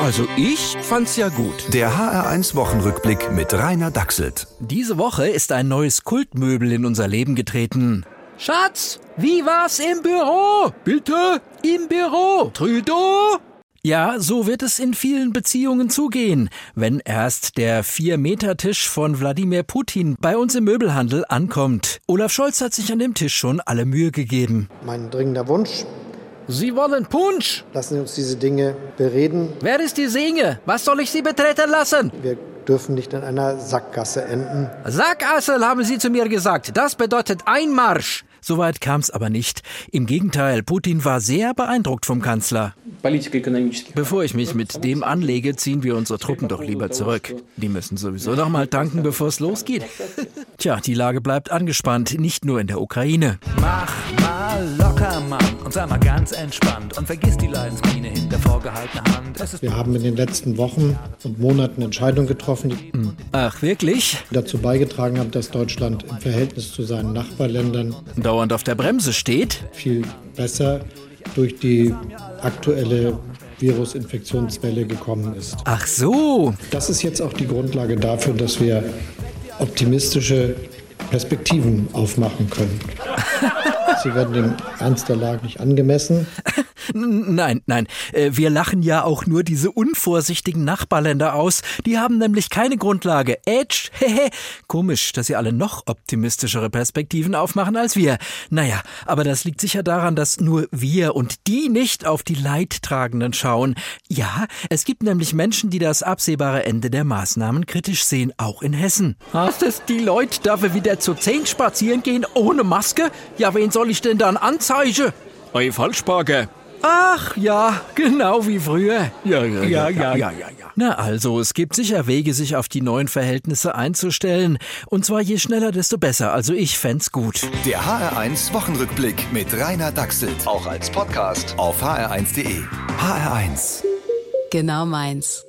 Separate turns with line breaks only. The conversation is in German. Also ich fand's ja gut.
Der HR1-Wochenrückblick mit Rainer Dachselt.
Diese Woche ist ein neues Kultmöbel in unser Leben getreten. Schatz, wie war's im Büro? Bitte? Im Büro? Trudeau? Ja, so wird es in vielen Beziehungen zugehen, wenn erst der 4-Meter-Tisch von Wladimir Putin bei uns im Möbelhandel ankommt. Olaf Scholz hat sich an dem Tisch schon alle Mühe gegeben.
Mein dringender Wunsch,
Sie wollen Punsch?
lassen Sie uns diese Dinge bereden.
Wer ist die Singe? Was soll ich Sie betreten lassen?
Wir dürfen nicht in einer Sackgasse enden.
Sackassel haben sie zu mir gesagt. Das bedeutet Einmarsch. Soweit kam es aber nicht. Im Gegenteil, Putin war sehr beeindruckt vom Kanzler.
политико-экономических.
Bevor ich mich mit dem anlege, ziehen wir unsere Truppen doch lieber zurück. Die müssen sowieso noch mal tanken, bevor es losgeht. Tja, die Lage bleibt angespannt, nicht nur in der Ukraine.
Mach mal locker, Mann, und sei mal ganz entspannt und vergiss die Leidensmiene hinter vorgehaltener Hand. Es ist
Wir haben in den letzten Wochen und Monaten Entscheidungen getroffen, die
Ach, wirklich?
dazu beigetragen haben, dass Deutschland im Verhältnis zu seinen Nachbarländern
Dauernd auf der Bremse steht?
viel besser durch die aktuelle Virusinfektionswelle gekommen ist.
Ach so.
Das ist jetzt auch die Grundlage dafür, dass wir optimistische Perspektiven aufmachen können. Sie werden dem Ernst der Lage nicht angemessen.
N- Nein, nein. Äh, Wir lachen ja auch nur diese unvorsichtigen Nachbarländer aus. Die haben nämlich keine Grundlage. Edge, hehe. Komisch, dass sie alle noch optimistischere Perspektiven aufmachen als wir. Naja, aber das liegt sicher daran, dass nur wir und die nicht auf die Leidtragenden schauen. Ja, es gibt nämlich Menschen, die das absehbare Ende der Maßnahmen kritisch sehen, auch in Hessen. Hast es die Leute dafür wieder zu zehn spazieren gehen ohne Maske? Ja, wen soll ich denn dann anzeigen?
Ei, Falschparker.
Ach ja, genau wie früher.
Ja, ja, ja, ja, ja,
Na also, es gibt sicher Wege, sich auf die neuen Verhältnisse einzustellen. Und zwar je schneller, desto besser. Also ich fänd's gut.
Der HR1-Wochenrückblick mit Rainer Dachselt. Auch als Podcast auf hr1.de. HR1.
Genau meins.